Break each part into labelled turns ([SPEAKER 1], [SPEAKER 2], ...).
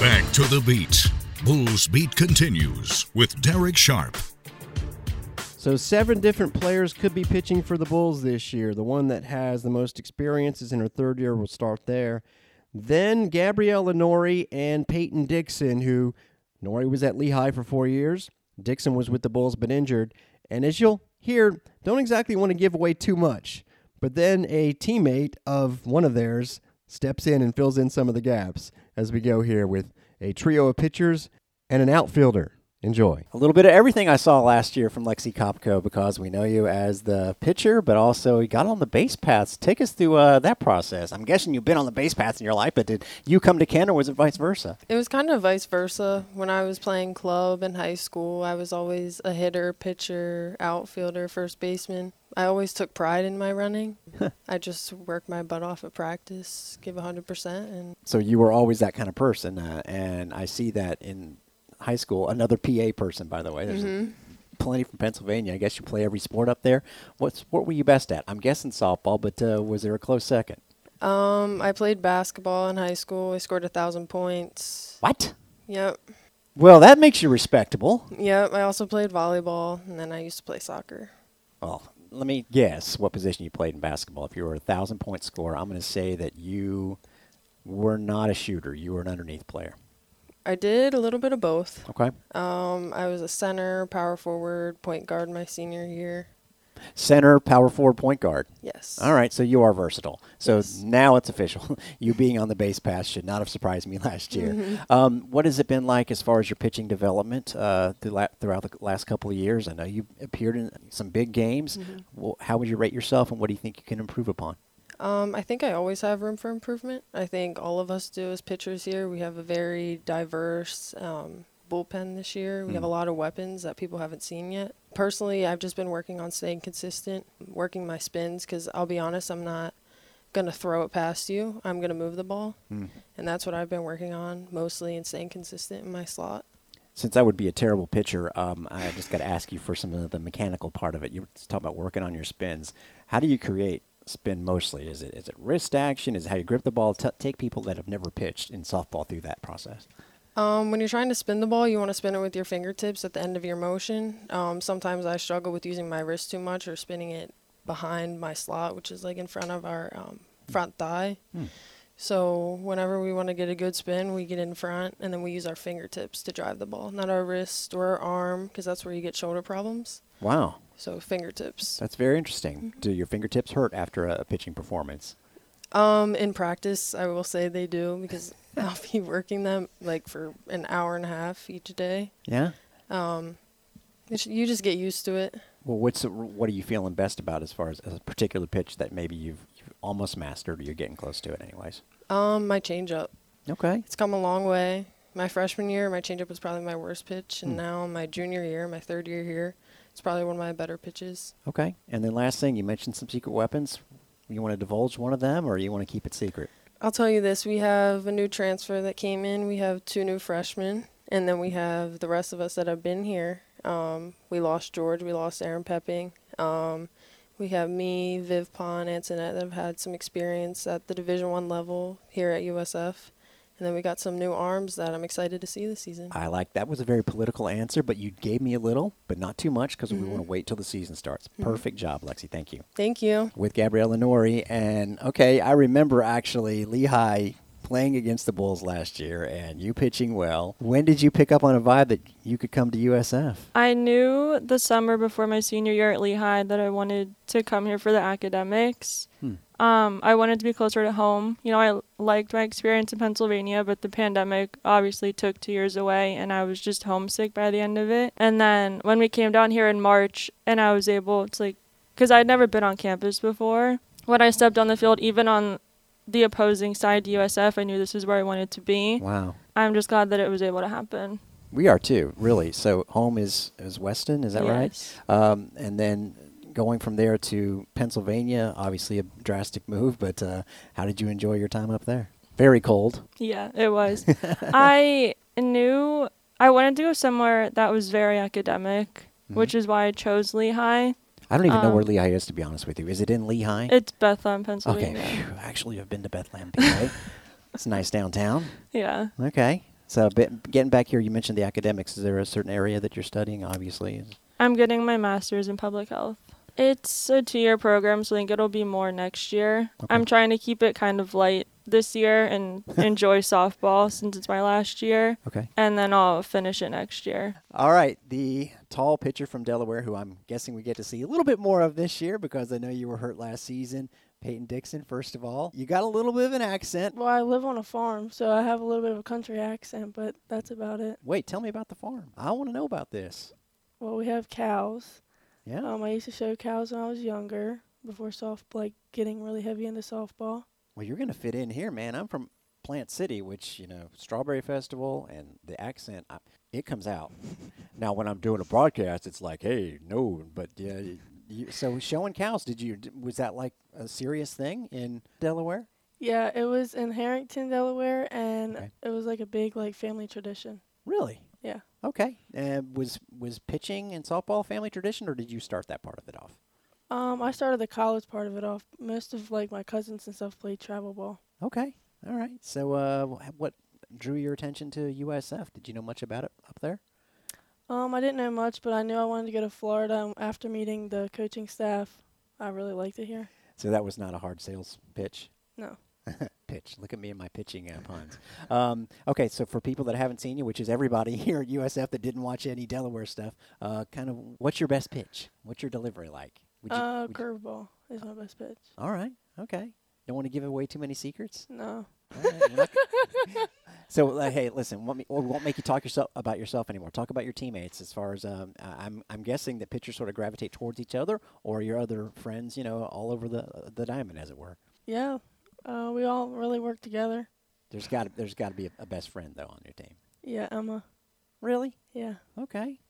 [SPEAKER 1] Back to the beat. Bulls Beat continues with Derek Sharp.
[SPEAKER 2] So, seven different players could be pitching for the Bulls this year. The one that has the most experience is in her third year. We'll start there. Then Gabrielle Nori and Peyton Dixon, who Nori was at Lehigh for four years. Dixon was with the Bulls but injured. And as you'll hear, don't exactly want to give away too much. But then a teammate of one of theirs steps in and fills in some of the gaps as we go here with a trio of pitchers and an outfielder. Enjoy.
[SPEAKER 3] A little bit of everything I saw last year from Lexi Kopko because we know you as the pitcher, but also you got on the base paths. Take us through uh, that process. I'm guessing you've been on the base paths in your life, but did you come to Ken or was it vice versa?
[SPEAKER 4] It was kind of vice versa. When I was playing club in high school, I was always a hitter, pitcher, outfielder, first baseman. I always took pride in my running. I just work my butt off at practice, give 100%. And
[SPEAKER 3] So you were always that kind of person, uh, and I see that in high school. Another PA person, by the way. There's plenty from Pennsylvania. I guess you play every sport up there. What sport were you best at? I'm guessing softball, but uh, was there a close second?
[SPEAKER 4] um, I played basketball in high school. I scored a 1,000 points.
[SPEAKER 3] What?
[SPEAKER 4] Yep.
[SPEAKER 3] Well, that makes you respectable.
[SPEAKER 4] Yep. I also played volleyball, and then I used to play soccer.
[SPEAKER 3] Well, let me guess what position you played in basketball. If you were a thousand point scorer, I'm going to say that you were not a shooter. You were an underneath player.
[SPEAKER 4] I did a little bit of both.
[SPEAKER 3] Okay.
[SPEAKER 4] Um, I was a center, power forward, point guard my senior year.
[SPEAKER 3] Center, power forward, point guard.
[SPEAKER 4] Yes.
[SPEAKER 3] All right, so you are versatile. So now it's official. you being on the base pass should not have surprised me last year. Um, what has it been like as far as your pitching development uh, throughout, throughout the last couple of years? I know you appeared in some big games. Well, how would you rate yourself, and what do you think you can improve upon?
[SPEAKER 4] Um, I think I always have room for improvement. I think all of us do as pitchers here. We have a very diverse um, bullpen this year. We have a lot of weapons that people haven't seen yet. Personally, I've just been working on staying consistent, working my spins, because I'll be honest, I'm not going to throw it past you. I'm going to move the ball. And that's what I've been working on mostly and staying consistent in my slot.
[SPEAKER 3] Since I would be a terrible pitcher, um, I just got to ask you for some of the mechanical part of it. You were just talking about working on your spins. How do you create spin mostly? Is it is it wrist action? Is it how you grip the ball? T- take people that have never pitched in softball through that process.
[SPEAKER 4] Um, when you're trying to spin the ball, you want to spin it with your fingertips at the end of your motion. Um, sometimes I struggle with using my wrist too much or spinning it behind my slot, which is like in front of our um, front thigh. So whenever we want to get a good spin, we get in front and then we use our fingertips to drive the ball, not our wrist or our arm, because that's where you get shoulder problems.
[SPEAKER 3] Wow. Mm-hmm.
[SPEAKER 4] So fingertips.
[SPEAKER 3] That's very interesting. Do your fingertips hurt after a, a pitching performance?
[SPEAKER 4] Um, in practice, I will say they do because I'll be working them like for an hour and a half each day.
[SPEAKER 3] Yeah.
[SPEAKER 4] It's- You just get used to it.
[SPEAKER 3] Well, what's the- what are you feeling best about as far as a particular pitch that maybe you've, you've almost mastered or you're getting close to it, anyways?
[SPEAKER 4] Um, my changeup.
[SPEAKER 3] Okay.
[SPEAKER 4] It's come a long way. My freshman year, my changeup was probably my worst pitch, and now my junior year, my third year here, it's probably one of my better pitches.
[SPEAKER 3] Okay. And then last thing, you mentioned some secret weapons. You want to divulge one of them, or you want to keep it secret?
[SPEAKER 4] I'll tell you this: we have a new transfer that came in. We have two new freshmen, and then we have the rest of us that have been here. Um, we lost George. We lost Aaron Pepping. Um, we have me, Viv Pond, Antoinette that have had some experience at the Division One level here at USF, and then we got some new arms that I'm excited to see this season.
[SPEAKER 3] I like that was a very political answer, but you gave me a little, but not too much, because we want to wait till the season starts. Perfect job, Lexi. Thank you.
[SPEAKER 4] Thank you.
[SPEAKER 3] with Gabrielle Lenore. And okay, I remember actually Lehigh playing against the Bulls last year and you pitching well. When did you pick up on a vibe that you could come to USF?
[SPEAKER 5] I knew the summer before my senior year at Lehigh that I wanted to come here for the academics. Um, I wanted to be closer to home. You know, I liked my experience in Pennsylvania, but the pandemic obviously took two years away, and I was just homesick by the end of it. And then when we came down here in March, and I was able to, like, because I'd never been on campus before, when I stepped on the field, even on the opposing side, USF, I knew this is where I wanted to be.
[SPEAKER 3] Wow.
[SPEAKER 5] I'm just glad that it was able to happen.
[SPEAKER 3] We are too, really. So home is, is Weston, is that
[SPEAKER 5] Yes.
[SPEAKER 3] right? Um, and then going from there to Pennsylvania, obviously a drastic move, but uh, how did you enjoy your time up there? Very cold.
[SPEAKER 5] Yeah, it was. I knew I wanted to go somewhere that was very academic,
[SPEAKER 3] Mm-hmm.
[SPEAKER 5] which is why I chose Lehigh.
[SPEAKER 3] I don't even know
[SPEAKER 5] Um,
[SPEAKER 3] where Lehigh is, to be honest with you. Is it in Lehigh?
[SPEAKER 5] It's Bethlehem,
[SPEAKER 3] okay.
[SPEAKER 5] Pennsylvania.
[SPEAKER 3] phew, actually, I've been to Bethlehem. PA. it's nice downtown.
[SPEAKER 5] Yeah.
[SPEAKER 3] Okay. So, bit, getting back here, you mentioned the academics. Is there a certain area that you're studying? Obviously, is-
[SPEAKER 5] I'm getting my master's in public health. It's a two year program, so I think it'll be more next year. I'm trying to keep it kind of light this year and enjoy softball since it's my last year,
[SPEAKER 3] okay.
[SPEAKER 5] and then I'll finish it next year.
[SPEAKER 3] All right, the tall pitcher from Delaware, who I'm guessing we get to see a little bit more of this year because I know you were hurt last season. Peyton Dixon, first of all, you got a little bit of an accent.
[SPEAKER 6] Well, I live on a farm, so I have a little bit of a country accent, but that's about it.
[SPEAKER 3] Wait, tell me about the farm. I want to know about this.
[SPEAKER 6] Well, we have cows.
[SPEAKER 3] Yeah.
[SPEAKER 6] Um, I used to show cows when I was younger, before soft like getting really heavy into softball.
[SPEAKER 3] Well, you're going to fit in here, man. I'm from Plant City, which, you know, Strawberry Festival and the accent, I, it comes out. now, when I'm doing a broadcast, it's like, hey, no, but yeah. y- You, so showing cows, did you, d- was that like a serious thing in Delaware?
[SPEAKER 6] Yeah, it was in Harrington, Delaware, and
[SPEAKER 3] Okay.
[SPEAKER 6] it was like a big like family tradition.
[SPEAKER 3] Really?
[SPEAKER 6] Yeah.
[SPEAKER 3] Okay. And was was pitching and softball a family tradition, or did you start that part of it off?
[SPEAKER 6] Um, I started the college part of it off. Most of like my cousins and stuff played travel ball.
[SPEAKER 3] Okay. All right. So, uh, wh- what drew your attention to USF? Did you know much about it up there?
[SPEAKER 6] Um, I didn't know much, but I knew I wanted to go to Florida. Um, after meeting the coaching staff, I really liked it here.
[SPEAKER 3] So that was not a hard sales pitch.
[SPEAKER 6] No.
[SPEAKER 3] pitch. Look at me and my pitching uh, puns. Um, okay, so for people that haven't seen you, which is everybody here at USF that didn't watch any Delaware stuff, uh, kind of what's your best pitch? What's your delivery like? Would you-
[SPEAKER 6] uh,
[SPEAKER 3] would you-
[SPEAKER 6] curveball is my best pitch.
[SPEAKER 3] all right, okay. Don't want to give away too many secrets.
[SPEAKER 6] No.
[SPEAKER 3] All right, you're not- so uh, hey, listen, won't, me, we won't make you talk yourself about yourself anymore. Talk about your teammates. As far as um, I- I'm, I'm guessing that pitchers sort of gravitate towards each other or your other friends, you know, all over the the diamond, as it were.
[SPEAKER 6] Yeah. Uh, we all really work together.
[SPEAKER 3] There's got to there's got to be a, a best friend though on your team.
[SPEAKER 6] Yeah, Emma.
[SPEAKER 3] Really?
[SPEAKER 6] Yeah.
[SPEAKER 3] Okay,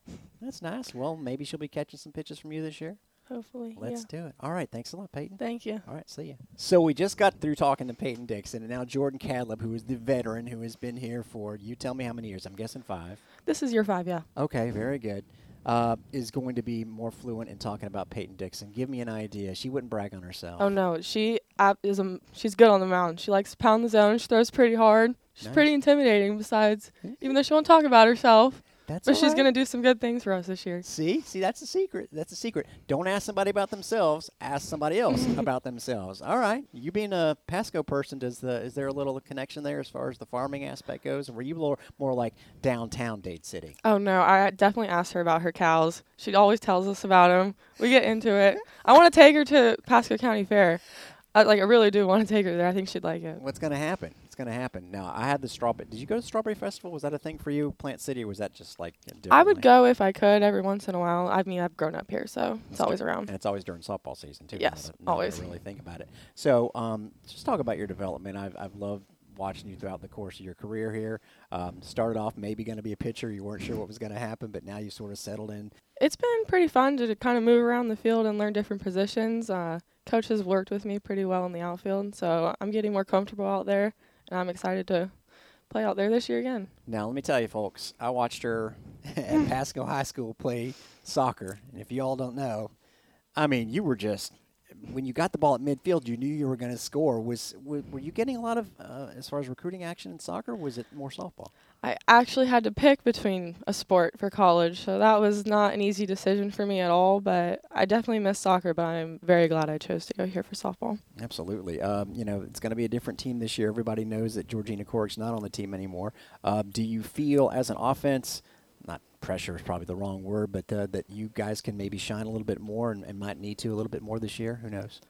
[SPEAKER 3] that's nice. Well, maybe she'll be catching some pitches from you this year.
[SPEAKER 6] Hopefully.
[SPEAKER 3] Let's
[SPEAKER 6] yeah.
[SPEAKER 3] do it. All right, thanks a lot, Peyton.
[SPEAKER 6] Thank you.
[SPEAKER 3] All right, see you. So we just got through talking to Peyton Dixon, and now Jordan Cadleb, who is the veteran who has been here for you tell me how many years? I'm guessing five.
[SPEAKER 7] This is year five, yeah.
[SPEAKER 3] Okay, very good. Uh, is going to be more fluent in talking about Peyton Dixon. Give me an idea. She wouldn't brag on herself.
[SPEAKER 7] Oh no, she ab- is a, she's good on the mound. She likes to pound the zone. She throws pretty hard. She's
[SPEAKER 3] Nice.
[SPEAKER 7] pretty intimidating. Besides, even though she won't talk about herself,
[SPEAKER 3] That's
[SPEAKER 7] but she's
[SPEAKER 3] alright.
[SPEAKER 7] gonna do some good things for us this year.
[SPEAKER 3] See, see, that's a secret. That's a secret. Don't ask somebody about themselves. Ask somebody else about themselves. All right. You being a Pasco person, does the is there a little connection there as far as the farming aspect goes? Were you more, more like downtown Dade City?
[SPEAKER 7] Oh no, I definitely asked her about her cows. She always tells us about them. We get into it. I want to take her to Pasco County Fair. I, like I really do want to take her there. I think she'd like it.
[SPEAKER 3] What's going to happen? It's going to happen. Now, I had the strawberry. Did you go to Strawberry Festival? Was that a thing for you, Plant City, or was that just like?
[SPEAKER 7] I would
[SPEAKER 3] differently?
[SPEAKER 7] go if I could every once in a while. I mean, I've grown up here, so it's always around.
[SPEAKER 3] And it's always during softball season too. now
[SPEAKER 7] Yes,
[SPEAKER 3] that- now that I
[SPEAKER 7] always.
[SPEAKER 3] really think about it. So, um, just talk about your development. I've I've loved watching you throughout the course of your career here. Um, started off maybe going to be a pitcher. You weren't sure what was going to happen, but now you sort of settled in.
[SPEAKER 7] It's been pretty fun to kind of move around the field and learn different positions. Uh, coach has worked with me pretty well in the outfield, so I'm getting more comfortable out there, and I'm excited to play out there this year again.
[SPEAKER 3] Now, let me tell you, folks. I watched her at Pasco High School play soccer, and if you all don't know, I mean, you were just when you got the ball at midfield, you knew you were going to score. Was were, were you getting a lot of uh, as far as recruiting action in soccer? Was it more softball?
[SPEAKER 7] I actually had to pick between a sport for college, so that was not an easy decision for me at all, but I definitely miss soccer, but I'm very glad I chose to go here for softball.
[SPEAKER 3] Absolutely. Um, you know, it's going to be a different team this year. Everybody knows that Georgina Corrick's not on the team anymore. Uh, do you feel, as an offense, not pressure is probably the wrong word, but uh, that you guys can maybe shine a little bit more and, and might need to a little bit more this year? Who knows?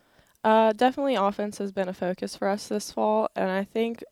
[SPEAKER 7] Uh, definitely, offense has been a focus for us this fall, and I think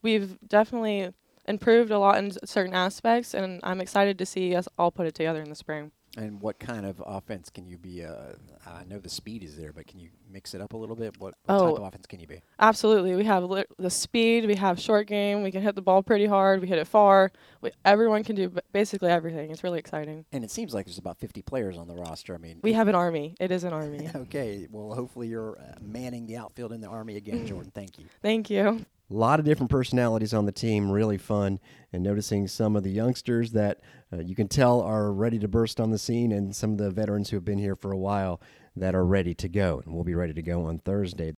[SPEAKER 7] we've definitely improved a lot in s- certain aspects. And I'm excited to see us all put it together in the spring.
[SPEAKER 3] And what kind of offense can you be? Uh, I know the speed is there, but can you mix it up a little bit? What, what
[SPEAKER 7] Oh.
[SPEAKER 3] type of offense can you be?
[SPEAKER 7] Absolutely, we have lit- the speed, we have short game, we can hit the ball pretty hard, we hit it far. We, everyone can do b- basically everything. It's really exciting.
[SPEAKER 3] And it seems like there's about 50 players on the roster. I mean,
[SPEAKER 7] We
[SPEAKER 3] if-
[SPEAKER 7] have an army. It is an army.
[SPEAKER 3] Okay, well, hopefully you're uh, manning the outfield in the Army again, Jordan. Thank you.
[SPEAKER 7] Thank you.
[SPEAKER 2] A lot of different personalities on the team, really fun. And noticing some of the youngsters that uh, you can tell are ready to burst on the scene, and some of the veterans who have been here for a while that are ready to go. And we'll be ready to go on Thursday.